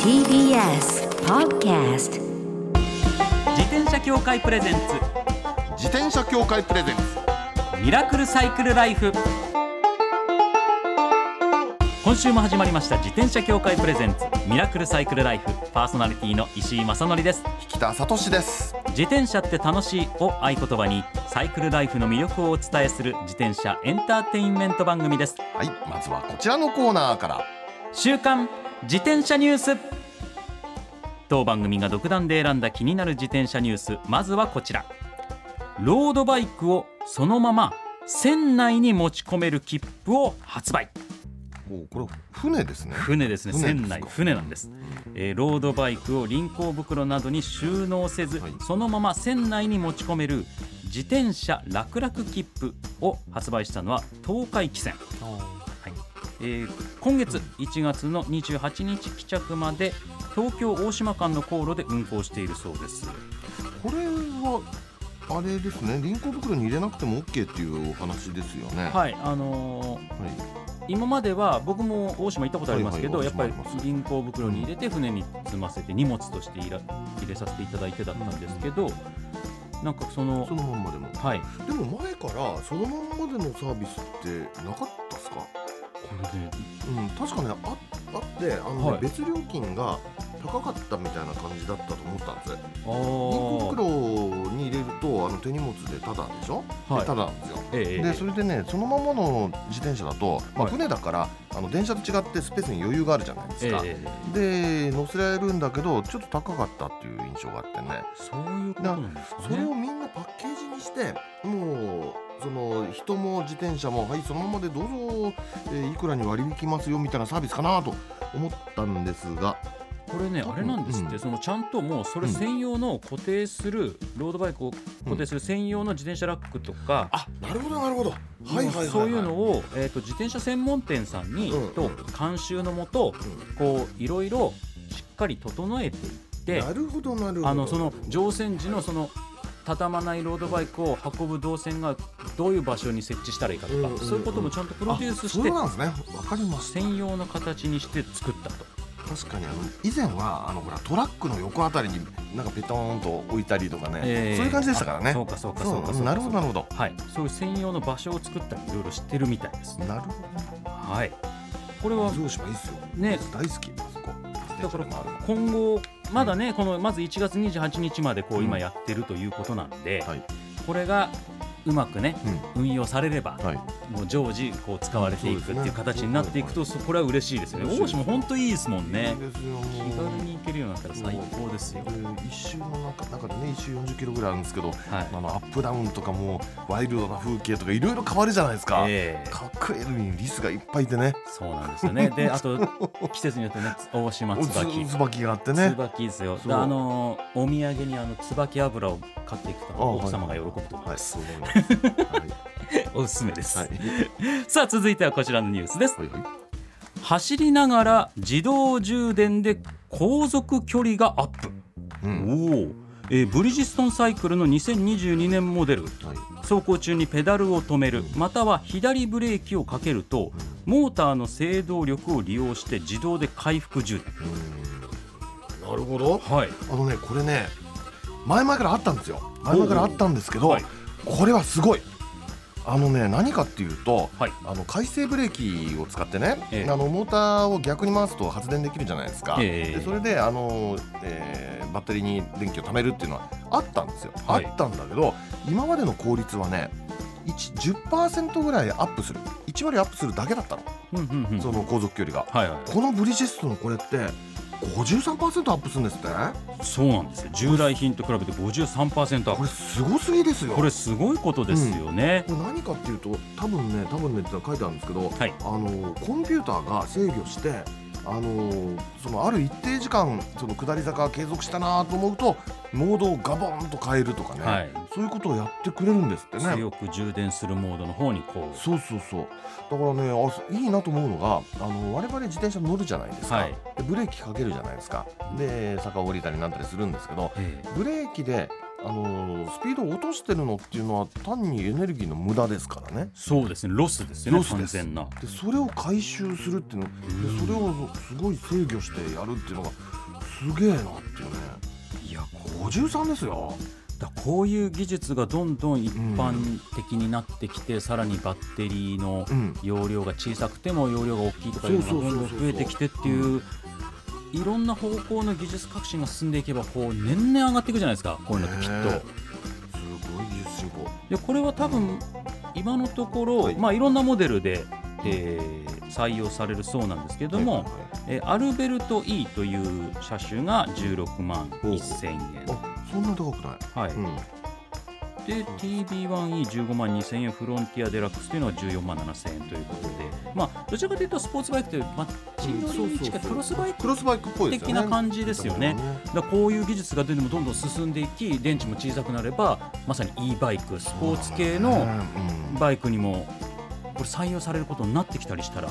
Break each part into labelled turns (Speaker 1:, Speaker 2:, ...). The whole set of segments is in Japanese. Speaker 1: TBS Podcast
Speaker 2: 自転車協会プレゼンツ
Speaker 3: 自転車協会プレゼンツ
Speaker 2: ミラクルサイクルライフ今週も始まりました自転車協会プレゼンツミラクルサイクルライフパーソナリティの石井正則です
Speaker 3: 引田聡です
Speaker 2: 自転車って楽しいを合言葉にサイクルライフの魅力をお伝えする自転車エンターテインメント番組です
Speaker 3: はいまずはこちらのコーナーから
Speaker 2: 週刊自転車ニュース当番組が独断で選んだ気になる自転車ニュースまずはこちらロードバイクをそのまま船内に持ち込める切符を発売
Speaker 3: おうこれ船ですね
Speaker 2: 船ですね
Speaker 3: 船です
Speaker 2: 船内
Speaker 3: か
Speaker 2: 船なんです、えーロードバイクを輪行袋などに収納せず、
Speaker 3: はい
Speaker 2: そのまま船内に持ち込める自転車楽々切符を発売したのは東海汽船はいえー今月1月の28日帰着まで東京大島間の航路で運行しているそうです
Speaker 3: これはあれですね輪行袋に入れなくても OK っていうお話ですよね
Speaker 2: はいあのー
Speaker 3: はい、
Speaker 2: 今までは僕も大島行ったことありますけど、
Speaker 3: はいはい大島
Speaker 2: やっ
Speaker 3: あ
Speaker 2: ぱ
Speaker 3: りま
Speaker 2: り
Speaker 3: す
Speaker 2: 銀行袋に入れて船に積ませて荷物としていら入れさせていただいてだったんですけど、なんかその
Speaker 3: そのまんまでも
Speaker 2: はい
Speaker 3: でも前からそのまんまでのサービスってなかったっすかうん確かねああってあのね、
Speaker 2: はい
Speaker 3: 別料金が高かったみたいな感じだったと思ったんです
Speaker 2: あ
Speaker 3: 輪行
Speaker 2: ー
Speaker 3: 袋に入れるとあの手荷物でタダでしょ、
Speaker 2: はい
Speaker 3: でタダなんですよ
Speaker 2: ええええ
Speaker 3: でそれでねそのままの自転車だと、まあ、
Speaker 2: はい
Speaker 3: 船だから、あの電車と違ってスペースに余裕があるじゃないですか、
Speaker 2: ええええ
Speaker 3: で乗せられるんだけどちょっと高かったっていう印象があってね
Speaker 2: そういうことなんですかね
Speaker 3: それをみんなパッケージにしてもうその人も自転車もはいそのままでどうぞ、えーいくらに割り引きますよみたいなサービスかなと思ったんですが
Speaker 2: これね
Speaker 3: 多分
Speaker 2: あれなんですって、
Speaker 3: うん
Speaker 2: そのちゃんともうそれ専用の固定するロードバイクを固定する専用の自転車ラックとか、
Speaker 3: あなるほどなるほどは
Speaker 2: そういうのを、えー、と自転車専門店さんに、
Speaker 3: うん
Speaker 2: と監修のもとこういろいろしっかり整えていって
Speaker 3: なるほどなるほど
Speaker 2: あのその乗船時のその畳まないロードバイクを運ぶ動線がどういう場所に設置したらいいかとか、
Speaker 3: うんうんうん
Speaker 2: そういうこともちゃんとプロデュースし
Speaker 3: あ
Speaker 2: て
Speaker 3: そうなんですねわかります
Speaker 2: 専用の形にして作ったと。
Speaker 3: 確かにあの以前はあのほらトラックの横あたりになんかペトーンと置いたりとかね、
Speaker 2: えー
Speaker 3: そういう感じでしたからね
Speaker 2: そうかそうかそうかそううんか
Speaker 3: なるほどなるほど
Speaker 2: はい、そういう専用の場所を作ったりいろいろ知ってるみたいですね。
Speaker 3: なるほ
Speaker 2: はい、これ
Speaker 3: ど
Speaker 2: は
Speaker 3: 伊豆大島いいっすよ
Speaker 2: ね
Speaker 3: 大好きあそ
Speaker 2: だ
Speaker 3: こ
Speaker 2: から
Speaker 3: 自転車で回るの
Speaker 2: 今後まだねこのまず1月28日までこう今やってるということなんで、
Speaker 3: はい
Speaker 2: これがうまくね運用されれば、
Speaker 3: はい
Speaker 2: もう常時こう使われていくって
Speaker 3: そうです
Speaker 2: いう
Speaker 3: ね
Speaker 2: 形になっていくとそこれは嬉しいですよね
Speaker 3: 嬉しい
Speaker 2: 大島本当いいですもんね
Speaker 3: いいですよ
Speaker 2: 気軽に行けるようになったら最高ですよ
Speaker 3: え、ー一周の中中でね一周40キロぐらいあるんですけど
Speaker 2: はい
Speaker 3: あのアップダウンとかもワイルドな風景とかいろいろ変わるじゃないですか、
Speaker 2: ええ
Speaker 3: かっこいいのにリスがいっぱいいてね
Speaker 2: そうなんですよねであと季節によってね大島
Speaker 3: おつ
Speaker 2: 椿
Speaker 3: 椿があってね
Speaker 2: 椿ですよ
Speaker 3: そう
Speaker 2: あのーお土産にあの椿油を買っていくと
Speaker 3: あはい
Speaker 2: 奥様が喜ぶと思い
Speaker 3: は
Speaker 2: ま
Speaker 3: い
Speaker 2: す、
Speaker 3: そう思いますはい
Speaker 2: おすすめです、
Speaker 3: はい
Speaker 2: さあ続いてはこちらのニュースです
Speaker 3: はいはい
Speaker 2: 走りながら自動充電で航続距離がアップ、
Speaker 3: うん
Speaker 2: おお、えーブリヂストンサイクルの2022年モデル
Speaker 3: はい
Speaker 2: 走行中にペダルを止めるまたは左ブレーキをかけるとモーターの制動力を利用して自動で回復充電
Speaker 3: なるほど
Speaker 2: はい
Speaker 3: あのねこれね前々からあったんですよ前々からあったんですけど、
Speaker 2: おうはい
Speaker 3: これはすごいあのね何かっていうと、
Speaker 2: はい
Speaker 3: あの回生ブレーキを使ってね、
Speaker 2: ええ
Speaker 3: あのモーターを逆に回すと発電できるじゃないですか、
Speaker 2: ええ
Speaker 3: でそれであの、えーバッテリーに電気を貯めるっていうのはあったんですよ、
Speaker 2: はい
Speaker 3: あったんだけど今までの効率はね1 10%ぐらいアップする1割アップするだけだったの、
Speaker 2: うんうんうん
Speaker 3: その航続距離が
Speaker 2: はいはい
Speaker 3: このブリヂストンのこれって53%アップするんですって
Speaker 2: そうなんですよ従来品と比べて53%アッ
Speaker 3: これすごすぎですよ
Speaker 2: プこれすごいことですよね、
Speaker 3: これ何かっていうと多分ね多分ねって書いてあるんですけど、
Speaker 2: はい
Speaker 3: あのコンピューターが制御してあのそのある一定時間その下り坂が継続したなと思うとモードをガボンと変えるとかね、
Speaker 2: はい
Speaker 3: そういうことをやってくれるんですってね
Speaker 2: 強く充電するモードの方にこう
Speaker 3: そうそうそうだからねあいいなと思うのがあの我々自転車乗るじゃないですか、
Speaker 2: はい
Speaker 3: でブレーキかけるじゃないですかで坂を降りたりなんたりするんですけどブレーキであのースピードを落としてるのっていうのは単にエネルギーの無駄ですからね
Speaker 2: そうですねロスですよね
Speaker 3: ロス
Speaker 2: 完
Speaker 3: です
Speaker 2: 全な
Speaker 3: でそれを回収するっていうのでそれをすごい制御してやるっていうのがすげえなっていうね
Speaker 2: いやこ
Speaker 3: 53ですよ
Speaker 2: だこういう技術がどんどん一般的になってきて、さらにバッテリーの
Speaker 3: うん
Speaker 2: 容量が小さくても容量が大きいとかいうのが
Speaker 3: そうそ
Speaker 2: ど
Speaker 3: うそ
Speaker 2: ん
Speaker 3: う
Speaker 2: ど
Speaker 3: そうん
Speaker 2: 増えてきてっていういろんな方向の技術革新が進んでいけばこう年々上がっていくじゃないですかこういうのってきっ
Speaker 3: ね
Speaker 2: と。
Speaker 3: すごい技術進歩
Speaker 2: でこれは多分今のところ、
Speaker 3: はい
Speaker 2: いまあ、いろんなモデルで、えー採用されるそうなんですけども、
Speaker 3: はいはいはい
Speaker 2: えーアルベルト E という車種が16万1000円、
Speaker 3: あそんな高くない、
Speaker 2: はい
Speaker 3: うん、
Speaker 2: で TB1E15 万2000円フロンティアデラックスというのは14万7000円ということで、まあ、どちらかというとスポーツバイクという街乗りに近いクロスバイク
Speaker 3: クロスバイクっぽいですよ
Speaker 2: 的
Speaker 3: ね
Speaker 2: な感じですよね。だからこういう技術がどんどんどんどん進んでいき電池も小さくなればまさに e バイクスポーツ系の
Speaker 3: うん
Speaker 2: バイクにもこれ採用されることになってきたりしたら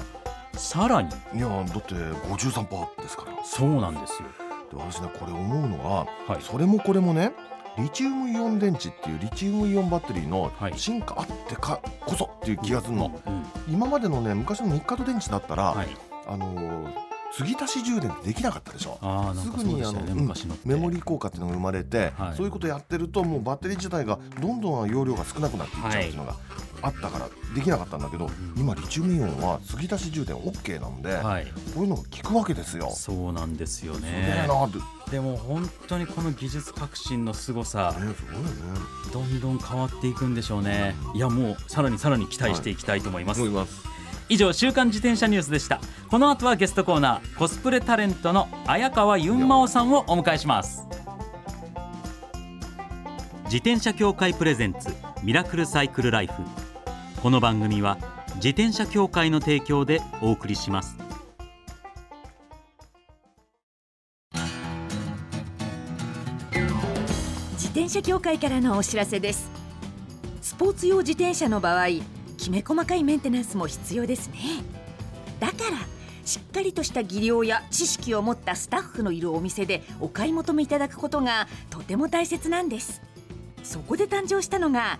Speaker 2: さらに
Speaker 3: いやだって53%ですからで
Speaker 2: そうなんですよ。
Speaker 3: 私ねこれ思うのは
Speaker 2: はい、
Speaker 3: それもこれもねリチウムイオン電池っていうリチウムイオンバッテリーの
Speaker 2: はい
Speaker 3: 進化あってかこそっていう気がするの、
Speaker 2: うん
Speaker 3: 今までのね昔の日活電池だったら、
Speaker 2: はい、
Speaker 3: あのー継ぎ足し充電ってできなかったでしょ
Speaker 2: あーなんかそうでしたよ
Speaker 3: すぐに
Speaker 2: ね
Speaker 3: あの
Speaker 2: 昔のって
Speaker 3: メモリー効果っていうのが生まれて、
Speaker 2: はい
Speaker 3: そういうことやってるともうバッテリー自体がどんどん容量が少なくなっていっちゃうっていうのがあったからできなかったんだけど、
Speaker 2: ん
Speaker 3: 今リチウムイオンは継ぎ足し充電 OK なので、
Speaker 2: はい、
Speaker 3: こういうのが効くわけですよ。す
Speaker 2: そうなんですよ
Speaker 3: げえ
Speaker 2: ね。
Speaker 3: なって、
Speaker 2: でも本当にこの技術革新の凄さ
Speaker 3: ね、すごいよね。
Speaker 2: どんどん変わっていくんでしょうねいやもうさらにさらに期待していきたいと思います、
Speaker 3: 思います。
Speaker 2: 以上週刊自転車ニュースでしたこの後はゲストコーナーコスプレタレントの綾川ユンマオさんをお迎えします自転車協会プレゼンツミラクルサイクルライフこの番組は自転車協会の提供でお送りします
Speaker 4: 自転車協会からのお知らせですスポーツ用自転車の場合きめ細かいメンテナンスも必要ですねだからしっかりとした技量や知識を持ったスタッフのいるお店でお買い求めいただくことがとても大切なんですそこで誕生したのが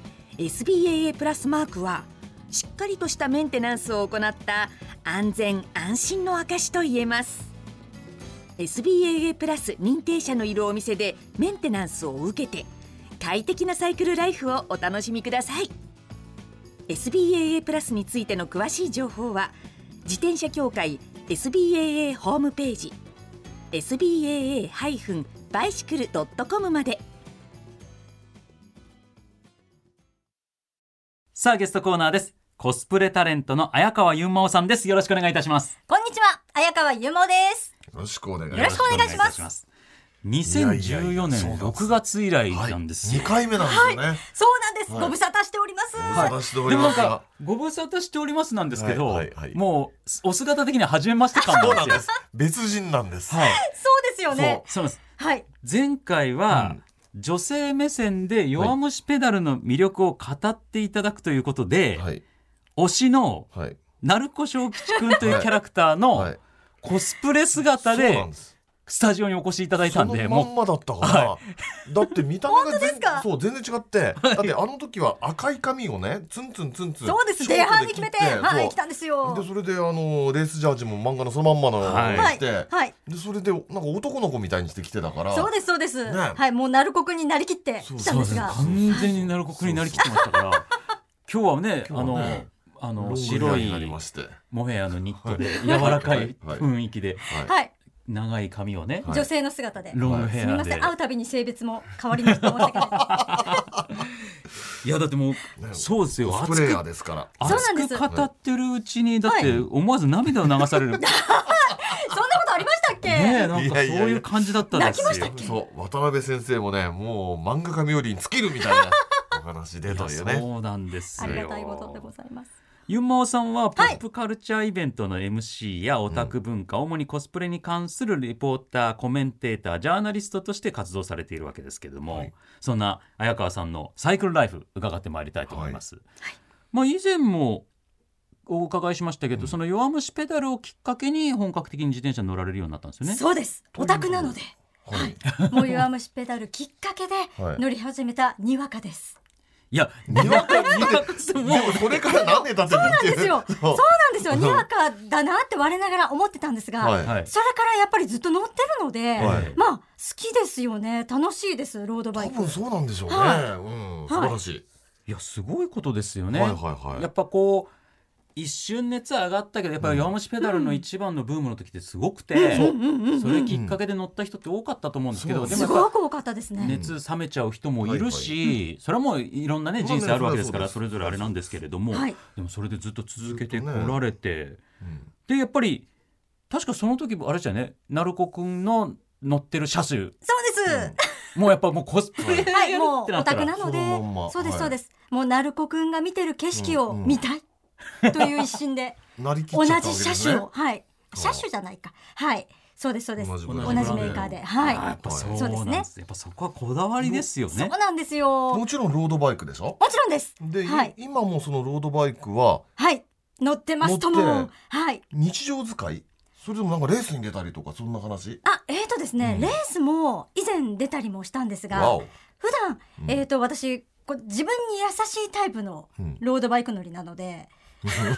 Speaker 4: SBAA プラスマークはしっかりとしたメンテナンスを行った安全安心の証と言えます SBAA プラス認定者のいるお店でメンテナンスを受けて快適なサイクルライフをお楽しみください SBAA プラスについての詳しい情報は自転車協会 SBAA ホームページ SBAA-bicycle.com まで
Speaker 2: さあゲストコーナーですコスプレタレントの綾川ユンマオさんですよろしくお願いいたします
Speaker 5: こんにちは、綾川ゆもです。
Speaker 3: よろしくお願い
Speaker 5: よろしくお願いします
Speaker 2: す2014
Speaker 3: いやいやいや
Speaker 2: 年
Speaker 3: そうです
Speaker 2: 6月以来なんですよ、
Speaker 3: 回目なんですよね。
Speaker 5: そうなんです。
Speaker 3: はい
Speaker 5: ご無沙汰しております。
Speaker 3: はい、私通
Speaker 2: でもなんかご無沙汰しておりますなんですけど、
Speaker 3: はいはいはい
Speaker 2: もうお姿的には初めまして感
Speaker 3: そ
Speaker 2: な
Speaker 3: うなんん
Speaker 2: で
Speaker 3: ですす
Speaker 2: よ。
Speaker 3: 別人なんです。
Speaker 2: はい、
Speaker 5: そうですよね。
Speaker 2: そうなんです
Speaker 5: はい。
Speaker 2: 前回は、女性目線で弱虫ペダルの魅力を語っていただくということで、
Speaker 3: はい。
Speaker 2: 推しの
Speaker 3: はい。
Speaker 2: 鳴子正吉くんというキャラクターの
Speaker 3: い。
Speaker 2: コスプレ姿
Speaker 3: そうな
Speaker 2: で
Speaker 3: んです。
Speaker 2: スタジオにお越しいただいた
Speaker 3: そ
Speaker 2: ん
Speaker 3: の
Speaker 2: で
Speaker 3: まん
Speaker 2: も
Speaker 3: まだったから、だって見た目が
Speaker 5: 本当ですか
Speaker 3: そう全然違って、だってあの時は赤い髪をねツンツンツンツン
Speaker 5: そうです。
Speaker 3: ショート
Speaker 5: 前半に決めて、
Speaker 3: 切って
Speaker 5: はい、
Speaker 3: そう
Speaker 5: 来たんですよ。
Speaker 3: でそれであのレースジャージも漫画のそのまんまの
Speaker 2: はい
Speaker 3: に
Speaker 5: は
Speaker 3: し
Speaker 5: い
Speaker 3: て、。
Speaker 5: はい。
Speaker 3: でそれでなんか男の子みたいにしてきてたから
Speaker 5: そうです。そうです。
Speaker 3: ね
Speaker 5: はい、もう鳴子くんになりきって
Speaker 3: そう
Speaker 5: 来た
Speaker 2: そ
Speaker 5: ん
Speaker 2: う
Speaker 5: で
Speaker 2: ですすね
Speaker 5: が。
Speaker 2: 完全に鳴子くんになりきってました から今日はね
Speaker 3: 今日はね
Speaker 2: あのあ
Speaker 3: ロン
Speaker 2: の
Speaker 3: グ
Speaker 2: 白
Speaker 3: ヘアに
Speaker 2: い
Speaker 3: なりまして、は
Speaker 2: モヘアのニットで柔らかい
Speaker 3: はい
Speaker 2: 雰囲気で
Speaker 3: い
Speaker 5: はい。
Speaker 2: 長い髪をね
Speaker 3: はい
Speaker 5: 女性の姿で。
Speaker 2: ロング
Speaker 5: す
Speaker 2: ヘ
Speaker 5: み
Speaker 2: ア
Speaker 5: ませ
Speaker 2: で
Speaker 5: ん。会うたびに性別も変わりましたと思ったけど。
Speaker 2: いやだってもう
Speaker 3: ね
Speaker 2: そうですよ
Speaker 3: コス
Speaker 2: 熱
Speaker 3: プレイヤー
Speaker 2: く
Speaker 3: ですから
Speaker 5: そうなんで
Speaker 2: 熱
Speaker 5: す
Speaker 2: く語ってるうちにだって思わず涙を流されるね
Speaker 5: そんなことありましたっけ？
Speaker 2: えなんかそう
Speaker 3: いやいやい
Speaker 2: いう
Speaker 3: や
Speaker 2: 感じだったんですよ
Speaker 3: そう渡辺先生もねもう漫画家冥利に尽きるみたいなお話でというね。
Speaker 2: そうなんです
Speaker 4: ありが
Speaker 2: よ。
Speaker 4: たいことでございます。
Speaker 2: ユンマオさんはポップカルチャーイベントの MC やオタク文化、主にコスプレに関するリポーターコメンテータージャーナリストとして活動されているわけですけども、
Speaker 3: はい
Speaker 2: そんな綾川さんのサイクルライフ伺ってまいりたいと思います。まあ、以前もお伺いしましたけど、
Speaker 3: うん
Speaker 2: その弱虫ペダルをきっかけに本格的に自転車に乗られるようになったんですよね。
Speaker 4: そうです。オタクなので、
Speaker 3: はい。
Speaker 4: もう弱虫ペダルきっかけで
Speaker 3: はい
Speaker 4: 乗り始めたにわかです。
Speaker 2: いや、
Speaker 3: にわ か
Speaker 2: にわかって
Speaker 3: で
Speaker 2: も
Speaker 3: もそれから何年経ってるん
Speaker 4: ですよ。そう
Speaker 3: そう
Speaker 4: なんですよ。にわかだなって我ながら思ってたんですが、
Speaker 3: はい
Speaker 2: はい、
Speaker 4: それからやっぱりずっと乗ってるので、
Speaker 3: はい
Speaker 4: まあ好きですよね。楽しいです。ロードバ
Speaker 3: 多
Speaker 4: イク
Speaker 3: 分。そうなんでしょうね。
Speaker 4: は
Speaker 3: うん、素晴らしい。
Speaker 2: いやすごいことですよね。
Speaker 3: はいはいはい
Speaker 2: やっぱこう一瞬熱上がったけどやっぱり弱虫ペダルの一番のブームの時ってすごくて、それきっかけで乗った人って多かったと思うんですけど、
Speaker 3: うん
Speaker 2: ですもや
Speaker 4: ご
Speaker 2: っぱ
Speaker 4: く多かったですね。
Speaker 2: 熱冷めちゃう人もいるし、それはもういろんなね
Speaker 3: まあね
Speaker 2: 人生あるわけですから
Speaker 3: そ
Speaker 2: そう
Speaker 3: で
Speaker 2: れ
Speaker 3: す
Speaker 2: ぞれあれなんですけれども、
Speaker 4: はい
Speaker 2: でもそれでずっと続けて
Speaker 3: ず
Speaker 2: こ
Speaker 3: っとね
Speaker 2: られて、
Speaker 3: うん
Speaker 2: でやっぱり確かその時あれじゃね鳴子くんの乗ってる車種
Speaker 4: そうです。
Speaker 2: もうやっぱもうコスプレやるってなったら、
Speaker 4: はい、もうオタクなので、
Speaker 3: そのまんま
Speaker 4: そうで
Speaker 3: は
Speaker 4: す
Speaker 3: い
Speaker 4: そうです。もう鳴子くんが見てる景色を見たいという一心 で、
Speaker 3: なりきっ
Speaker 4: 同
Speaker 3: ちゃったわけ
Speaker 4: じ
Speaker 3: です
Speaker 4: 車
Speaker 3: ね
Speaker 4: 種を、はい、
Speaker 3: あ
Speaker 4: 車種じゃないか、はい、そうですそうです。
Speaker 3: 同じブラ
Speaker 4: 同
Speaker 3: ン
Speaker 4: じ
Speaker 3: ド
Speaker 4: メ
Speaker 3: で
Speaker 4: ーカーで、は
Speaker 2: あや
Speaker 4: い
Speaker 2: っ、ぱそう
Speaker 4: はい
Speaker 2: な
Speaker 4: そうんで
Speaker 2: です
Speaker 4: すね
Speaker 2: ねやっぱそこはこだわりですよね
Speaker 4: そうなんですよ。
Speaker 3: も
Speaker 4: も
Speaker 3: ちろんロードバイクでしょ。
Speaker 4: ちろんです。
Speaker 3: で、い
Speaker 4: はい
Speaker 3: 今もそのロードバイクは
Speaker 4: はい、乗ってますと
Speaker 3: 乗っ
Speaker 4: も
Speaker 3: て、
Speaker 4: はい。
Speaker 3: 日常使い。それともなんかレースに出たりとかそんな話。
Speaker 4: あ、えーとですね、
Speaker 3: うん
Speaker 4: レースも以前出たりもしたんです
Speaker 3: わ
Speaker 4: が、
Speaker 3: お。
Speaker 4: 普段、
Speaker 3: うん
Speaker 4: えーと私こう自分に優しいタイプの
Speaker 3: うん
Speaker 4: ロードバイク乗りなの で、暑いの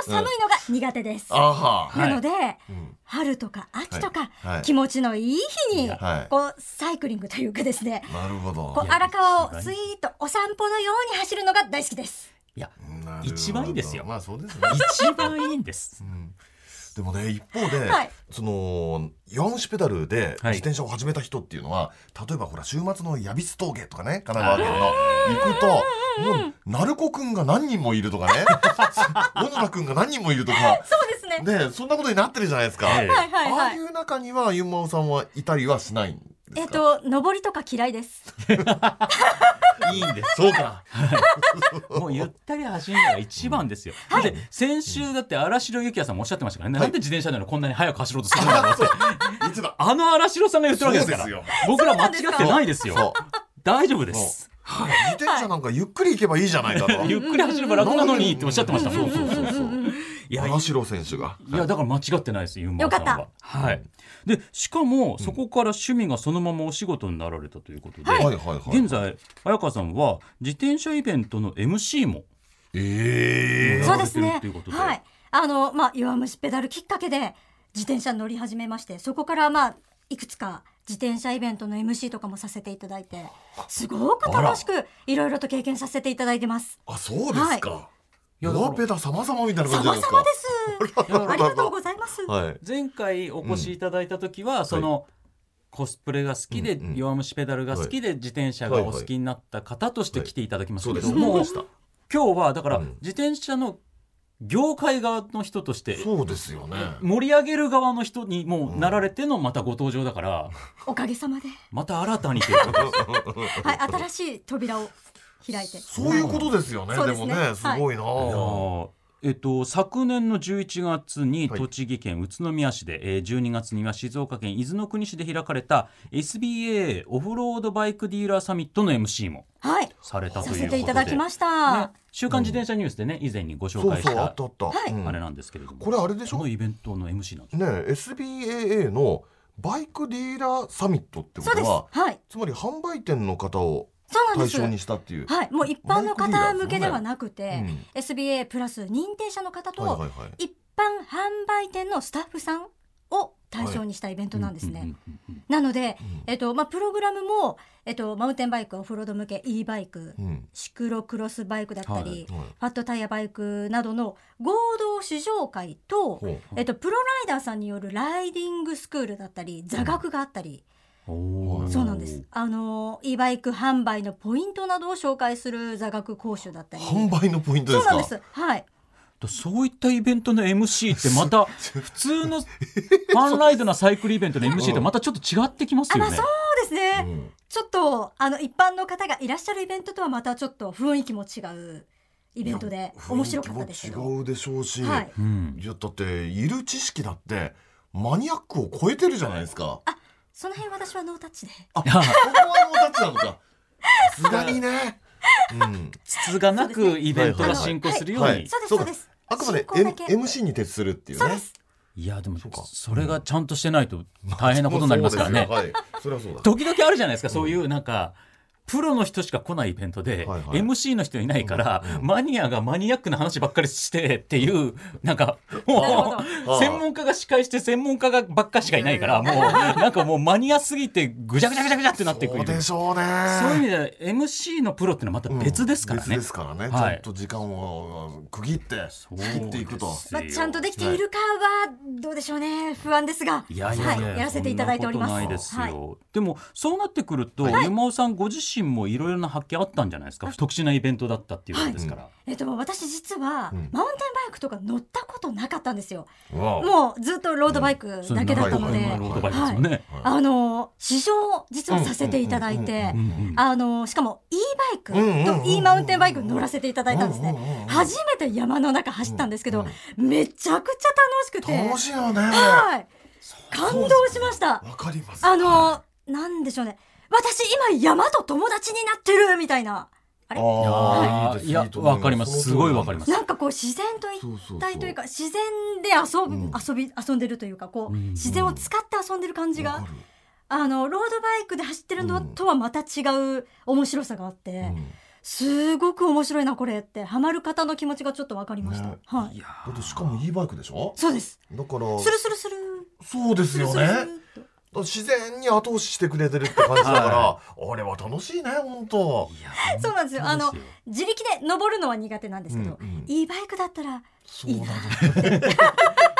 Speaker 4: と寒いのが苦手です。
Speaker 3: あは。
Speaker 2: はい
Speaker 4: なので、
Speaker 3: うん
Speaker 4: 春とか秋とか、
Speaker 3: はいはい
Speaker 4: 気持ちのいい日に、
Speaker 3: はい
Speaker 4: こうサイクリングというかですね、
Speaker 3: なるほ
Speaker 4: こ
Speaker 3: ど
Speaker 4: う。荒川をスイートお散歩のように走るのが大好きです。
Speaker 2: いや
Speaker 3: なるほど
Speaker 2: 一番いいですよ
Speaker 3: まあそうですね。
Speaker 2: 一番いいんです
Speaker 3: うんでもね一方で、
Speaker 4: はい
Speaker 3: その弱虫ペダルで
Speaker 2: はい
Speaker 3: 自転車を始めた人っていうのは、例えばほら週末の矢櫃峠とかね神奈川県の行くともう鳴子くんが何人もいるとか ね小野田くんが何人もいるとか
Speaker 4: そうですね。
Speaker 3: ねそんなことになってるじゃないですか、
Speaker 2: ええ
Speaker 4: はいはい
Speaker 3: ああ
Speaker 4: はいい。
Speaker 3: う中にはユンマオさんはいたりはしないんですか
Speaker 4: えっ、 と登りとか嫌いです。
Speaker 2: いいんです
Speaker 3: そうか
Speaker 2: もうゆったり走るのが一番ですよ。で先週だって荒城幸也さんもおっしゃってましたからね、なんで自転車なのこんなに早く走ろうとするん だろうって
Speaker 3: いつだ
Speaker 2: あの荒城さんが言ってるわけですから
Speaker 3: そうですよ
Speaker 2: 僕ら間違ってないです
Speaker 3: そう
Speaker 2: よ。大丈夫です。
Speaker 3: 自転車なんかゆっくり行けばいいじゃないかと
Speaker 2: ゆっくり走れば楽なのにっておっしゃってましたも。
Speaker 3: そうんそうそうそう
Speaker 2: いやい
Speaker 3: 荒城選手が
Speaker 2: やだから間違ってないですユンマさん
Speaker 4: よ
Speaker 2: は。はい。でしかもそこから趣味がそのままお仕事になられたということで、
Speaker 3: はいはいはいはい
Speaker 2: 現在綾川さんは自転車イベントの MC も
Speaker 3: ええ
Speaker 4: そうですね
Speaker 2: ということ。で
Speaker 4: はい。あのまあ弱虫ペダルきっかけで自転車に乗り始めまして、そこからまあいくつか自転車イベントの MC とかもさせていただいて、すごく楽しくいろいろと経験させていただいてます。
Speaker 3: あ、そうですか。
Speaker 2: いやだか
Speaker 3: ヨ
Speaker 2: ら
Speaker 3: アペダ様々みたいな感じじゃ
Speaker 4: 様
Speaker 3: ない
Speaker 4: 々
Speaker 3: ですか
Speaker 4: で。す。
Speaker 3: あららら
Speaker 4: ありがとうございます。
Speaker 3: はい。
Speaker 2: 前回お越しいただいた時は、その、コスプレが好きで、
Speaker 3: うんうん
Speaker 2: 弱虫ペダルが好きで自転車がお好きになった方として来ていただきまし
Speaker 3: そ
Speaker 2: た
Speaker 3: う
Speaker 2: け
Speaker 3: で
Speaker 2: ど
Speaker 3: す。
Speaker 2: もう
Speaker 3: した。
Speaker 2: 今日はだから
Speaker 3: うん
Speaker 2: 自転車の業界側の人として
Speaker 3: そうですよね。
Speaker 2: 盛り上げる側の人にもうなられてのまたご登場だから、
Speaker 4: おかげさまで、
Speaker 2: また新たにという か
Speaker 4: はい、新しい扉を開いて。
Speaker 3: そういうことですよね。
Speaker 4: そう
Speaker 3: で
Speaker 4: です
Speaker 3: も
Speaker 4: ね
Speaker 3: ね、すごいなあ。
Speaker 2: いやーえっと、昨年の11月に
Speaker 3: はい
Speaker 2: 栃木県宇都宮市で、えー12月には静岡県伊豆の国市で開かれた SBA オフロードバイクディーラーサミットの MC も
Speaker 4: はい。
Speaker 2: された
Speaker 4: さ
Speaker 2: ということで
Speaker 4: せていただきまし
Speaker 2: ね
Speaker 4: た。、
Speaker 2: 週刊自転車ニュースでね以前にご紹
Speaker 3: そう
Speaker 2: 介し
Speaker 3: そう、あったたあった。
Speaker 4: はい
Speaker 3: うん
Speaker 2: あれなんですけれども
Speaker 3: これあれでし
Speaker 2: そ
Speaker 3: ょ
Speaker 2: の
Speaker 3: ね、
Speaker 2: イベントの MC なんです
Speaker 3: SBAA のバイクディーラーサミットってこ
Speaker 4: そうで
Speaker 3: と
Speaker 4: す。
Speaker 3: は、
Speaker 4: はい。
Speaker 3: つまり販売店の方を
Speaker 4: そうなんで
Speaker 3: 対
Speaker 4: す。
Speaker 3: 象にしたっていう。
Speaker 4: はい、もう一般の方向けではなくて、
Speaker 3: バイクディーラーですね
Speaker 4: SBA プラス認定者の方
Speaker 3: はいは
Speaker 4: と
Speaker 3: いはい。
Speaker 4: 一般販売店のスタッフさんを対象にしたイベントなんですね。
Speaker 2: うんうんうんうん
Speaker 4: なので、
Speaker 3: うん
Speaker 4: えっとまあ、プログラムも、えっと、マウンテンバイクオフロード向け e バイク、
Speaker 3: うん。
Speaker 4: シクロクロスバイクだったり、
Speaker 2: はい
Speaker 3: はい
Speaker 4: ファットタイヤバイクなどの合同試乗会と
Speaker 3: ほう、
Speaker 4: えっと、プロライダーさんによるライディングスクールだったり座学があったり、
Speaker 2: おー
Speaker 4: そうなんですあの e バイク販売のポイントなどを紹介する座学講習だったり
Speaker 3: 販売のポイントで
Speaker 4: そう
Speaker 3: す
Speaker 4: なん
Speaker 3: か
Speaker 4: で。すはい
Speaker 2: とそういったイベントの MC ってまた普通のファンライドなサイクルイベントの MC とまたちょっと違ってきます
Speaker 4: あ
Speaker 2: よ
Speaker 4: まあ
Speaker 2: ね
Speaker 4: そうですね、
Speaker 3: うん
Speaker 4: ちょっとあの一般の方がいらっしゃるイベントとはまたちょっと雰囲気も違うイベントで面白かったですけ
Speaker 3: 雰囲気
Speaker 4: ど
Speaker 3: も違うでしょうし、
Speaker 4: はいい、
Speaker 2: うん、
Speaker 3: やだっている知識だってマニアックを超えてるじゃないですか
Speaker 4: その辺私はノータッチで
Speaker 3: あここはもうタッチなのかさすがにね、うん、
Speaker 2: つつがなくイベントが進行するように、
Speaker 3: は
Speaker 2: い
Speaker 3: いはい
Speaker 4: そうです
Speaker 3: そ
Speaker 4: そ
Speaker 3: うか
Speaker 4: うです
Speaker 3: あくまで
Speaker 4: 進行
Speaker 3: M
Speaker 4: だけ
Speaker 3: MC に徹するっていうね
Speaker 4: そうです
Speaker 2: やでも
Speaker 3: そうか
Speaker 2: それがちゃんとしてないと大変なことになりますからね
Speaker 3: そうですよはいそれはそうだ
Speaker 2: 時々あるじゃないですか、そういうなんかプロの人しか来ないイベントで、
Speaker 3: はいはい
Speaker 2: MC の人いないから、マニアがマニアックな話ばっかりしてっていうなんかも
Speaker 3: ほど
Speaker 2: う専門家が司会して専門家がばっかしかいないからもうなんかもうマニアすぎてぐちゃぐちゃぐちゃぐちゃってなっていく
Speaker 3: そうでしょうね
Speaker 2: そういう意味では MC のプロってのはまた別ですからね。
Speaker 3: 別ですからね、
Speaker 2: はい
Speaker 3: ちゃんと時間を区切って
Speaker 2: そう
Speaker 3: 切っていくと
Speaker 2: です
Speaker 4: ま
Speaker 2: よ
Speaker 4: あ、ちゃんとできているかはどうでしょうね不安ですが
Speaker 2: いやいやいや、
Speaker 4: はい、やらせていただいております
Speaker 2: そんなことないですよ。
Speaker 4: はい、
Speaker 2: でもそうなってくると、ゆまおさんご自身もいろいろな発見あったんじゃないですか。特殊なイベントだったっていうことですから。
Speaker 4: えっと、私実は、
Speaker 3: うん
Speaker 4: マウンテンバイクとか乗ったことなかったんですよ
Speaker 3: わあ
Speaker 4: もうずっとロードバイク
Speaker 2: そう
Speaker 4: だけだったので、
Speaker 2: 長いロードバイクですもんね。
Speaker 4: あの試乗実はさせていただいて、
Speaker 2: うんうん
Speaker 4: あのしかも E バイ
Speaker 3: うんうんうん
Speaker 4: クと E マウンテンバイクに乗らせていただいたんです
Speaker 3: うんうんうんうん
Speaker 4: ね初めて山の中走ったんですけど、めちゃくちゃ楽しくて
Speaker 3: 楽しいよね
Speaker 4: はい感動しました
Speaker 3: わかります
Speaker 4: あのなんでしょうね私今山と友達になってるみたいなあれ
Speaker 3: あー
Speaker 2: はい
Speaker 3: です
Speaker 2: いや
Speaker 3: と思
Speaker 2: わかりますす
Speaker 3: その通り
Speaker 2: ごいわかります
Speaker 4: なんかこう自然と一
Speaker 3: そうそうそう
Speaker 4: 体というか自然で遊ぶ、
Speaker 3: うん
Speaker 4: 遊び遊んでるというかこう、
Speaker 2: うん
Speaker 4: 自然を使って遊んでる感じが、
Speaker 3: わかる
Speaker 4: あのロードバイクで走ってるの
Speaker 3: うん
Speaker 4: とはまた違う面白さがあって、
Speaker 3: うん
Speaker 4: すごく面白いなこれってハマる方の気持ちがちょっとわかりました、
Speaker 3: ね
Speaker 4: はい
Speaker 2: いや
Speaker 3: だってしかも E バイクでしょ
Speaker 4: そうです
Speaker 3: だから
Speaker 4: スルスルスル
Speaker 3: そうです
Speaker 4: スル
Speaker 3: よ
Speaker 4: ス
Speaker 3: ね
Speaker 4: ル
Speaker 3: だ
Speaker 4: スルっ
Speaker 3: か
Speaker 4: と
Speaker 3: ら自然に後押ししてくれてるって感じだから、あれは楽しいね本当
Speaker 2: ー、
Speaker 4: そうなんですよあの
Speaker 2: 本当で
Speaker 4: 自力で登るのは苦手なんですけど、
Speaker 3: うんうん
Speaker 4: いいバイクだったら
Speaker 3: そうなんだ
Speaker 2: すよい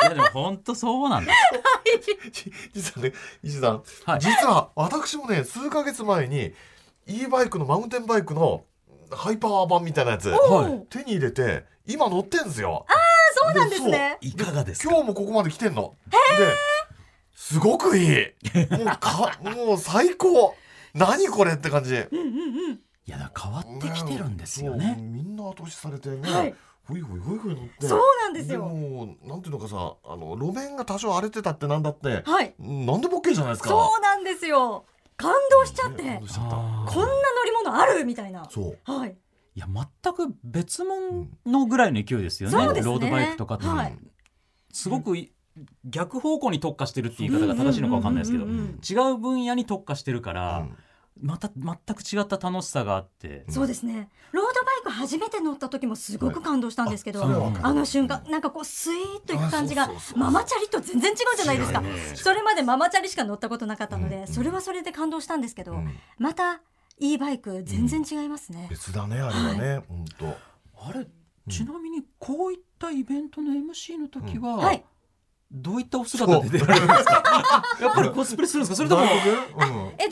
Speaker 2: やでも本当そうなんです。
Speaker 3: じ実はね石井さん、
Speaker 2: はい
Speaker 3: 実は私もね数ヶ月前に e バイクのマウンテンバイクのハイパワー版みたいなやつ
Speaker 2: はい
Speaker 4: おう
Speaker 3: 手に入れて今乗ってんですよ
Speaker 4: そうなんですね
Speaker 2: いかがですか。
Speaker 3: 今日もここまで来てんのですごくいいもうかもう最高何これって感じ
Speaker 2: いやだから変わってきてるんですよ
Speaker 3: も
Speaker 2: ね。
Speaker 3: うみんな後押しされてね、
Speaker 4: はい
Speaker 3: ほいほいほいほい乗って
Speaker 4: そうなんですよ
Speaker 3: もなんていうのかさあの路面が多少荒れてたってなんだって
Speaker 4: はい
Speaker 3: なんでも OK じゃないですか
Speaker 4: そうなんですよ感動しちゃって、
Speaker 3: ね感動しちゃった
Speaker 2: あ
Speaker 4: こん
Speaker 2: ー
Speaker 4: な乗り物あるみたいな
Speaker 3: そう
Speaker 4: はい
Speaker 2: いや全く別物のぐらいの勢いですよね。
Speaker 4: そうですね
Speaker 2: ロードバイクとかって、
Speaker 4: はい
Speaker 2: すごくい逆方向に特化してるっていう言い方が正しいのかわかんないですけど
Speaker 4: うんうんうんうん
Speaker 2: 違う分野に特化してるから、
Speaker 3: うん
Speaker 2: また全く違った楽しさがあって、
Speaker 4: そうですねロードバイク初めて乗った時もすごく感動したんですけど、
Speaker 3: それはわかる
Speaker 4: あの瞬間なんかこうスイーッといく感じ
Speaker 3: あ
Speaker 4: が
Speaker 3: そうそうそう
Speaker 4: ママチャリと全然違うじゃないですか
Speaker 3: 違います
Speaker 4: それまでママチャリしか乗ったことなかったので、
Speaker 3: うん
Speaker 4: それはそれで感動したんですけど、
Speaker 3: うん
Speaker 4: また E バイク全然違いますね、
Speaker 3: 別だねあれはね本当
Speaker 2: あれちなみにこういったイベントの MC の時は、
Speaker 4: はい
Speaker 2: どういったお姿で出 られるんですかやっぱりコスプレするんですかそれとも
Speaker 4: えっと、今回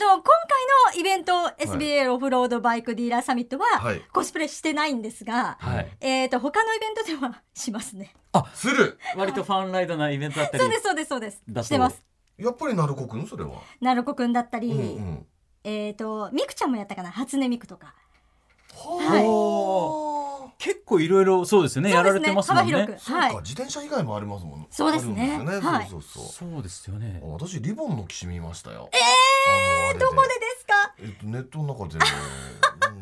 Speaker 4: のイベント SBA オフロードバイクディーラーサミットは、
Speaker 3: はい
Speaker 4: コスプレしてないんですが、
Speaker 2: はい
Speaker 4: えっと他のイベントではしますね
Speaker 3: する
Speaker 2: 割とファンライドなイベントだったり
Speaker 4: そうですそうですそうです
Speaker 2: だそう
Speaker 4: してます
Speaker 3: やっぱり鳴子くんそれは
Speaker 4: 鳴子くんだったり、
Speaker 3: うんうん
Speaker 4: えっ、とミクちゃんもやったかな初音ミクとか
Speaker 2: は結構いろいろそうですよねやられてますもん
Speaker 4: そうですね幅広
Speaker 2: ね
Speaker 4: く
Speaker 3: そう
Speaker 4: はい
Speaker 3: か自転車以外もありますもん
Speaker 4: そうですね
Speaker 3: あるんですよ
Speaker 4: はい
Speaker 3: そうそうそう
Speaker 2: そうですよね
Speaker 3: あ私リボンの騎士見ましたよ。ええ
Speaker 4: どこでですか
Speaker 3: えっとネットの中で、ね、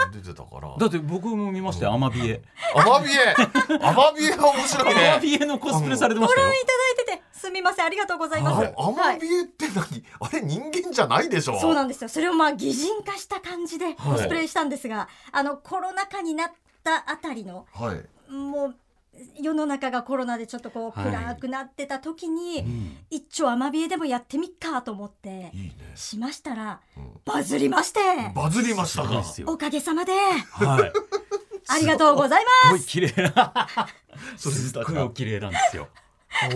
Speaker 3: うん出てたか ら。
Speaker 2: だって僕も見ましたよアマビエ
Speaker 3: アマビエ、 アマビエは面白い
Speaker 2: アマ
Speaker 3: ね。
Speaker 2: ビエのコスプレされてましたよ
Speaker 4: いただいててすみませんありがとうございます、
Speaker 3: あア
Speaker 4: は
Speaker 3: マ
Speaker 4: い
Speaker 3: ビエって何、あれ人間じゃないでしょ。
Speaker 4: そうなんですよそれをまあ擬人化した感じでコスプレしたんですが、あのコロナ禍になったあたりの
Speaker 3: はい。
Speaker 4: もう世の中がコロナでちょっとこう
Speaker 2: はい
Speaker 4: 暗くなってた時に、
Speaker 2: ん
Speaker 4: 一丁アマビエでもやってみっかと思って
Speaker 3: いいね。
Speaker 4: しましたら、
Speaker 3: ん
Speaker 4: バズりまして
Speaker 3: バズりまし
Speaker 2: す
Speaker 3: た
Speaker 2: ごい
Speaker 3: か
Speaker 2: で。すよ
Speaker 4: おかげさまで
Speaker 2: はい
Speaker 4: ありがとうございます
Speaker 2: すごい綺麗な
Speaker 3: それ
Speaker 2: すっごいお綺麗なんですよ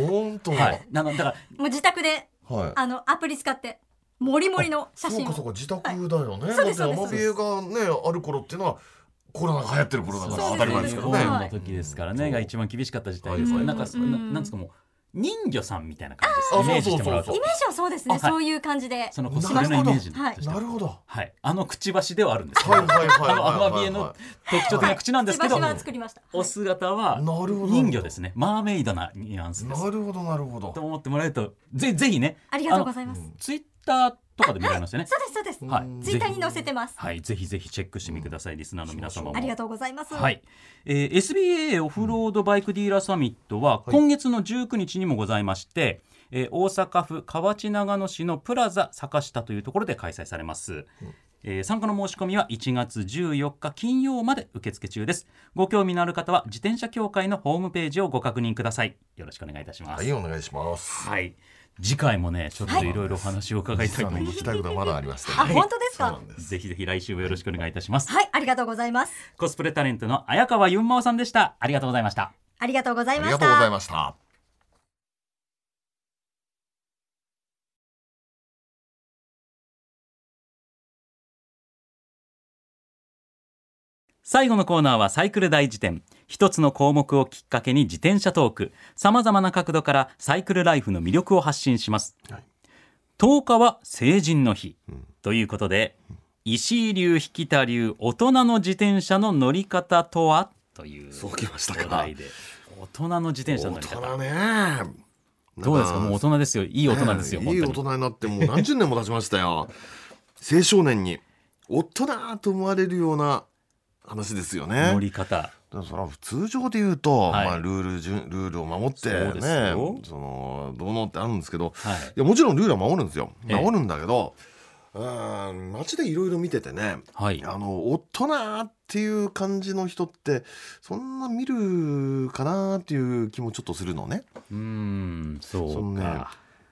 Speaker 3: 本当。
Speaker 2: はいなのだから
Speaker 4: もう自宅で
Speaker 3: はい
Speaker 4: あのアプリ使ってもりもりの写
Speaker 3: そう
Speaker 4: 真
Speaker 3: か
Speaker 4: を
Speaker 3: そう
Speaker 4: そ
Speaker 3: か
Speaker 4: う
Speaker 3: 自宅だよね。
Speaker 4: そうです
Speaker 3: だってア
Speaker 4: そ
Speaker 3: マ
Speaker 4: う
Speaker 3: ビ
Speaker 4: で
Speaker 3: エがねある頃っていうのはコロナが流行ってる頃だから
Speaker 4: そう
Speaker 3: 当たり前ですけどね。
Speaker 4: そうです
Speaker 2: の時ですからね、が一番厳しかった時代ですから、
Speaker 4: はい
Speaker 2: なんか、
Speaker 4: うん
Speaker 2: ななんですかもう。人魚さんみたいな感
Speaker 3: あー
Speaker 2: じですイメージしてもらう
Speaker 3: そう
Speaker 2: と
Speaker 4: イメージはそうです
Speaker 2: あ
Speaker 4: ね
Speaker 2: はい
Speaker 4: そういう感じで
Speaker 2: そのコスプレのイメージと
Speaker 4: なるほ
Speaker 2: して
Speaker 6: なるほど。
Speaker 2: はいあのくちばしではあるんですけ
Speaker 3: はい
Speaker 2: ど
Speaker 3: はいはいはい
Speaker 2: あの
Speaker 3: はい
Speaker 2: アマビエの特徴的な口なんで
Speaker 4: 千
Speaker 2: すけ
Speaker 4: 葉市
Speaker 2: ど
Speaker 4: は作りました
Speaker 2: お姿は
Speaker 6: なるほど
Speaker 2: 人魚ですねマーメイドなニュアンスです
Speaker 6: なるほどなるほど
Speaker 2: と。思ってもらえるとぜぜひね
Speaker 4: ありがとうご
Speaker 2: い
Speaker 4: ざいます
Speaker 2: ツイッターとかで見られますよね
Speaker 4: そうですそうです
Speaker 2: はい
Speaker 4: ツイッターに載せてます
Speaker 2: はいぜひぜひチェックしてみてくださいリスナーの皆様も
Speaker 4: ありがとうございます
Speaker 2: はい、えー SBA オフロードバイクディーラーサミットは今月の19日にもございまして、えー大阪府河内長野市のプラザ坂下というところで開催されます、えー参加の申し込みは1月14日金曜まで受付中ですご興味のある方は自転車協会のホームページをご確認くださいよろしくお願いいたします
Speaker 3: はいお願いします
Speaker 2: はい次回もねちょっといろいろお話を伺いたいと
Speaker 3: 実は
Speaker 2: 思い
Speaker 3: ね
Speaker 2: ま
Speaker 3: 行
Speaker 2: す、
Speaker 3: きたいことまだありまして
Speaker 4: あ本当です
Speaker 3: そうな
Speaker 4: か
Speaker 3: んです
Speaker 2: ぜひぜひ来週もよろしくお願いいたします
Speaker 4: はいありがとうございます
Speaker 2: コスプレタレントの綾川ゆんまおさんでしたありがとうございました
Speaker 4: ありがとうござ
Speaker 3: あ
Speaker 4: い
Speaker 3: り
Speaker 4: ま
Speaker 3: が
Speaker 4: し
Speaker 3: とうござい
Speaker 4: た
Speaker 3: ました
Speaker 2: 最後のコーナーはサイクル大辞典一つの項目をきっかけに自転車トークさまざまな角度からサイクルライフの魅力を発信します、
Speaker 3: はい
Speaker 2: 10日は成人の日、
Speaker 3: ん
Speaker 2: ということで石井流引田流大人の自転車の乗り方とはという
Speaker 3: そうきましたか
Speaker 2: お題で大人の自転車の乗り
Speaker 3: 大人
Speaker 2: 方
Speaker 3: ね
Speaker 2: どうですかもう大人ですよいい大人ですよ、
Speaker 3: ねえいい大
Speaker 2: 本当に
Speaker 3: 人になってもう何十年も経ちました よ青少年に大人と思われるような話ですよね
Speaker 2: 乗り方
Speaker 3: でもそれは通常で言うと、
Speaker 2: はい
Speaker 3: まあ、ルールじゅルールを守って
Speaker 2: そうです
Speaker 3: ね
Speaker 2: よ
Speaker 3: そのどうのってあるんですけど、
Speaker 2: はい
Speaker 3: いやもちろんルールは守るんですよ
Speaker 2: ええ
Speaker 3: 守るんだけど、うーん街でいろいろ見ててね
Speaker 2: はい
Speaker 3: あの大人っていう感じの人ってそんな見るかなっていう気もちょっとするのね。
Speaker 2: うーんそうか
Speaker 3: そのね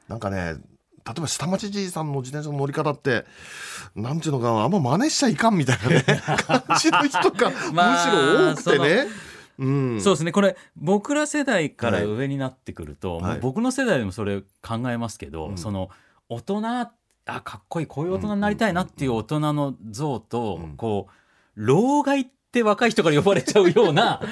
Speaker 3: なんかね例えば下町じいさんの自転車の乗り方ってなんていうのかなあんま真似しちゃいかんみたいな ね感じの人がむし
Speaker 2: まあ
Speaker 3: ろ多くてね。うん、
Speaker 2: そうですねこれ僕ら世代から上になってくると、
Speaker 3: はい
Speaker 2: もう僕の世代でもそれ考えますけど、
Speaker 3: うん
Speaker 2: その大人あかっこいいこういう大人になりたいなっていう大人の像と、
Speaker 3: うん
Speaker 2: こう老害って若い人から呼ばれちゃうよう な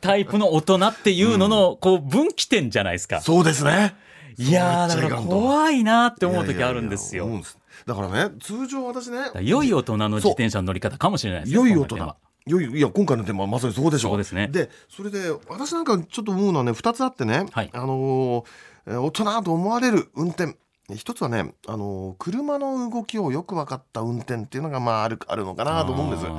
Speaker 2: タイプの大人っていうのの、こう分岐点じゃないですか。
Speaker 3: そうですね。
Speaker 2: いやー
Speaker 3: そう
Speaker 2: だ
Speaker 3: な
Speaker 2: か
Speaker 3: っ
Speaker 2: ら
Speaker 3: ちゃいかんと
Speaker 2: 怖いなって思う
Speaker 3: いや
Speaker 2: 時
Speaker 3: いやいや
Speaker 2: あるんです
Speaker 3: 思う
Speaker 2: よ。
Speaker 3: んだからね通常私ね
Speaker 2: だから良い大人の自転車の乗り方かもしれないですね
Speaker 3: 良い大
Speaker 2: このテーマ
Speaker 3: 人良いいや今回のテーマはまさにそうでしょ
Speaker 2: そうですね
Speaker 3: でそれで私なんかちょっと思うのはね2つあってね、
Speaker 2: はい
Speaker 3: あのーえー大人と思われる運転一つはね、あのー車の動きをよく分かった運転っていうのがまああるあるのかなと思うんです
Speaker 2: あ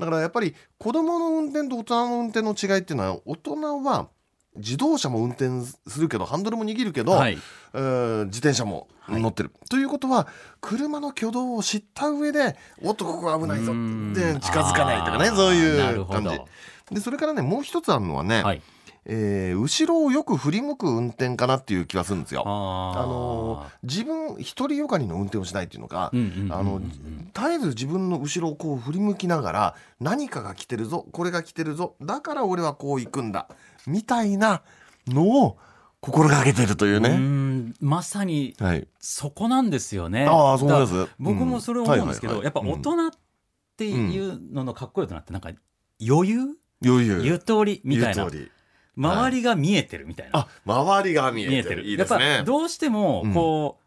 Speaker 3: だからやっぱり子供の運転と大人の運転の違いっていうのは大人は自動車も運転するけどハンドルも握るけ
Speaker 2: ー
Speaker 3: ど、
Speaker 2: はい
Speaker 3: えー自転車も乗ってる、ということは車の挙動を知った上でおっとここ危ないぞ
Speaker 2: う
Speaker 3: で
Speaker 2: ん
Speaker 3: 近づかないとかね
Speaker 2: あー
Speaker 3: そう
Speaker 2: ないる
Speaker 3: う
Speaker 2: ほど
Speaker 3: 感じでそれからねもう一つあるのはね、
Speaker 2: はい
Speaker 3: えー後ろをよく振り向く運転かなっていう気がするんですよ。あ
Speaker 2: あー
Speaker 3: のー自分一人よかりの運転をしないっていうのか、
Speaker 2: うんうんうんうん
Speaker 3: あの絶えず自分の後ろをこう振り向きながら何かが来てるぞこれが来てるぞだから俺はこう行くんだみたいなのを心がけてるという
Speaker 2: うー
Speaker 3: ね。
Speaker 2: んまさに
Speaker 3: はい、
Speaker 2: そこなんですよね。
Speaker 3: ああそうなんで
Speaker 2: だ
Speaker 3: す
Speaker 2: から僕もそれ思うんですけど、やっぱ大
Speaker 3: うん
Speaker 2: 人っていうののかっこよくなってなんか余裕、
Speaker 3: 余裕
Speaker 2: ゆとりみたい
Speaker 3: 言
Speaker 2: な
Speaker 3: う通り
Speaker 2: 周りが見えてるみたいな、
Speaker 3: あ周りが見
Speaker 2: 見
Speaker 3: え
Speaker 2: え
Speaker 3: て
Speaker 2: て
Speaker 3: る
Speaker 2: る
Speaker 3: い
Speaker 2: や
Speaker 3: いで
Speaker 2: っ
Speaker 3: す
Speaker 2: ぱ
Speaker 3: ね
Speaker 2: どうしても
Speaker 3: うん
Speaker 2: こう、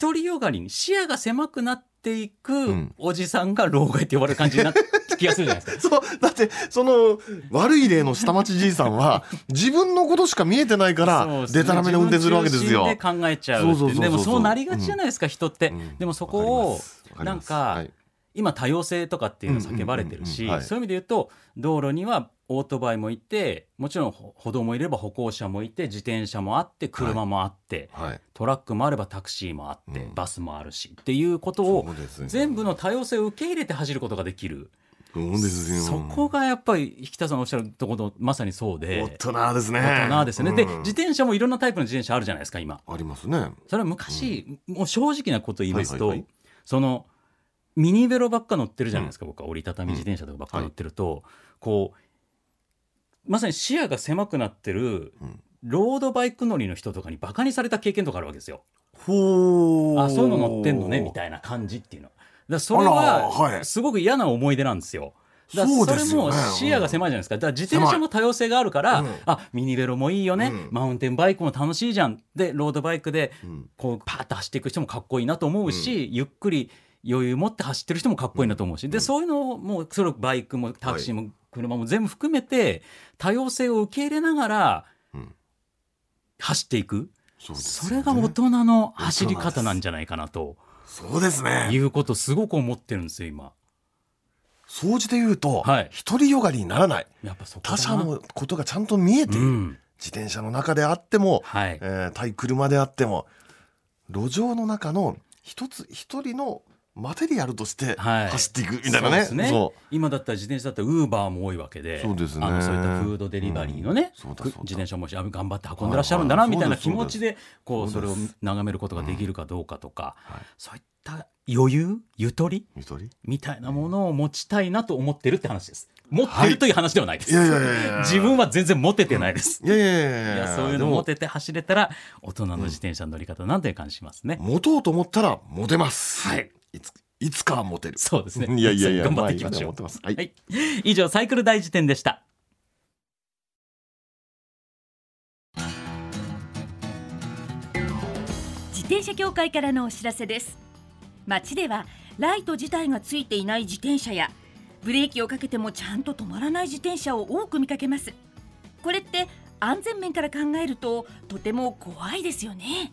Speaker 2: 独りよがりに視野が狭くなっていく
Speaker 3: ん
Speaker 2: おじさんが老害って呼ばれる感じになって気がするじゃない ですか。
Speaker 3: そうだってその悪い例の下町じいさん は自分のことしか見えてないから
Speaker 2: そう
Speaker 3: でたらめな運転するわけですよ。
Speaker 2: 自分中心で考えちゃう
Speaker 3: そ
Speaker 2: って
Speaker 3: うそうそうそう
Speaker 2: でもそうなりがちじゃないですか、人って、
Speaker 3: うん
Speaker 2: でもそこを
Speaker 3: わります
Speaker 2: なんか
Speaker 3: わり
Speaker 2: 今多様性とかっていうの叫ばれてる
Speaker 3: うん
Speaker 2: し
Speaker 3: うんうんうんはい
Speaker 2: そういう意味で言うと道路にはオートバイもいてもちろん歩歩道もいれば歩行者もいて自転車もあって車もあって、
Speaker 3: ますはいはい
Speaker 2: トラックもあればタクシーもあって、
Speaker 3: うん
Speaker 2: バスもあるしっていうこと
Speaker 3: そ
Speaker 2: を
Speaker 3: うですね
Speaker 2: 全部の多様性を受け入れて走ることができる、
Speaker 3: そうですよ
Speaker 2: そこがやっぱり引田さんおっしゃるところのまさにそうで
Speaker 3: 大人ですね
Speaker 2: 大人ですね、で
Speaker 3: うん
Speaker 2: 自転車もいろんなタイプの自転車あるじゃないですか今
Speaker 3: ありますね
Speaker 2: それは昔、もう正直なこと言いますと、
Speaker 3: はいはいはい
Speaker 2: そのミニベロばっか乗ってるじゃないですか、僕は折りたたみ自転車とかばっか乗ってると、こうまさに視野が狭くなってる、
Speaker 3: うん
Speaker 2: ロードバイク乗りの人とかにバカにされた経験とかあるわけですよ。
Speaker 3: ほ
Speaker 2: あそういうの乗ってんのねみたいな感じっていうの。だからそれ
Speaker 3: あらは
Speaker 2: はいすごく嫌な思い出なんですよ。だから
Speaker 3: そう
Speaker 2: それ
Speaker 3: ですよ
Speaker 2: も
Speaker 3: ね
Speaker 2: 視野が狭いじゃないですかだから自転車も多様性があるから、
Speaker 3: 狭いうん
Speaker 2: あミニベロもいいよね、
Speaker 3: うん
Speaker 2: マウンテンバイクも楽しいじゃんでロードバイクで
Speaker 3: うん
Speaker 2: こうパーッと走っていく人もかっこいいなと思うし、ゆっくり余裕持って走ってる人もかっこいいなと思うし、でそういうのをもうそれをバイクもタクシーも車も全部含めて多様性を受け入れながら
Speaker 3: うん
Speaker 2: 走っていく、
Speaker 3: そうですよ
Speaker 2: そ
Speaker 3: ね
Speaker 2: れが大人の走り方なんじゃないかなと
Speaker 3: そうです
Speaker 2: い
Speaker 3: ね
Speaker 2: うことをすごく思ってるんですよ今。
Speaker 3: 総じて言うと、
Speaker 2: はい
Speaker 3: 独りよがりにならない
Speaker 2: やっぱそこだな
Speaker 3: 他者のことがちゃんと見えている、
Speaker 2: うん
Speaker 3: 自転車の中であっても、
Speaker 2: はい
Speaker 3: えー対車であっても路上の中の一つ一人のマテリアルとして
Speaker 2: はい
Speaker 3: 走っていくみたいなね,、
Speaker 2: そうです
Speaker 3: そ
Speaker 2: 今だったら自転車だったらウーバーも多いわけで
Speaker 3: そうですね
Speaker 2: あのそういったフードデリバリーのね、
Speaker 3: うんそうだ
Speaker 2: く
Speaker 3: そうだ
Speaker 2: 自転車もあ頑張って運んでらっしゃるんだな
Speaker 3: はいは
Speaker 2: み
Speaker 3: い
Speaker 2: たいな気
Speaker 3: そうです
Speaker 2: 持ちでこう
Speaker 3: そ
Speaker 2: そうれ
Speaker 3: で
Speaker 2: を
Speaker 3: す
Speaker 2: 眺めることができるかどうかとか、
Speaker 3: はい
Speaker 2: そういった余裕ゆとり
Speaker 3: う一人
Speaker 2: みたいなものを持ちたいなと思ってるって話です持ってるという話ではないです、
Speaker 3: いやいやいやいや
Speaker 2: 自分は全然モテてないです、
Speaker 3: いやいやいや
Speaker 2: いやそういうの持てて走れたら大人の自転車の乗り方なんて感じしますね、
Speaker 3: でも持とうと思ったら持てます、
Speaker 2: はい、
Speaker 3: いついつかは持てる
Speaker 2: そうですね
Speaker 3: いやいやいや
Speaker 2: 頑張っていきましょう、
Speaker 3: あいいな思ってますはい
Speaker 2: はい、以上サイクル大辞典でした
Speaker 1: 自転車協会からのお知らせです街ではライト自体がついていない自転車やブレーキをかけてもちゃんと止まらない自転車を多く見かけますこれって安全面から考えるととても怖いですよね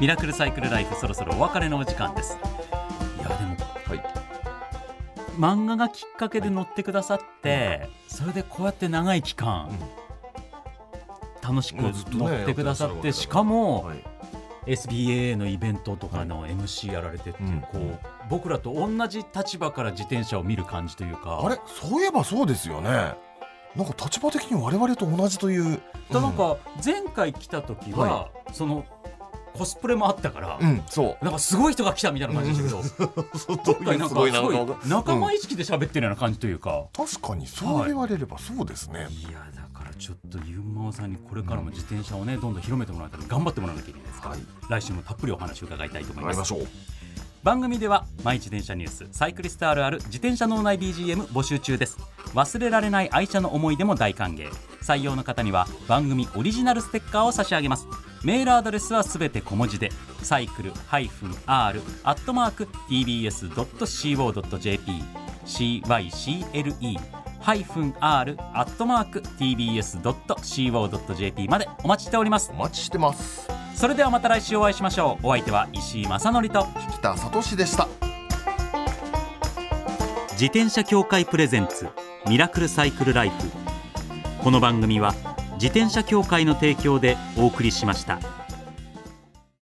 Speaker 2: ミラクルサイクルライフそろそろお別れのお時間ですいやでも
Speaker 3: はい
Speaker 2: 漫画がきっかけで乗ってくださってそれでこうやって長い期間楽しく
Speaker 3: もうずっとね
Speaker 2: 乗ってくださっ
Speaker 3: やっててらっしゃるわけだから
Speaker 2: しかも
Speaker 3: はい
Speaker 2: SBA のイベントとかの MC やられてって
Speaker 3: うん
Speaker 2: こう僕らと同じ立場から自転車を見る感じというか
Speaker 3: あれそういえばそうですよねなんか立場的に我々と同じという
Speaker 2: だなんか前回来た時はそのコスプレもあったから
Speaker 3: うん、うんそう
Speaker 2: なんかすごい人が来たみたいな感じで したけど
Speaker 3: そう
Speaker 2: 今回なんかすごい仲間
Speaker 3: うん
Speaker 2: 意識で喋ってるような感じというか、
Speaker 3: 確かにそう言われればそうですね、
Speaker 2: いやだからちょっとユンマオさんにこれからも自転車をねどんどん広めてもらうために頑張ってもらわなきゃいけないですから、
Speaker 3: はい
Speaker 2: 来週もたっぷりお話を伺いたいと思い
Speaker 3: 頑張
Speaker 2: ま
Speaker 3: り
Speaker 2: す
Speaker 3: ましょう
Speaker 2: 番組ではマイ自転車ニュースサイクリストあるある自転車脳内 BGM 募集中です忘れられない愛車の思い出も大歓迎採用の方には番組オリジナルステッカーを差し上げますメールアドレスはすべて小文字でサイクル -r アットマーク tbs.co.jp cycle -r アットマーク tbs.co.jp までお待ちしております
Speaker 3: お待ちしてます
Speaker 2: それではまた来週お会いしましょうお相手は石井正則と
Speaker 3: 北里志でした
Speaker 2: 自転車協会プレゼンツミラクルサイクルライフこの番組は自転車協会の提供でお送りしました。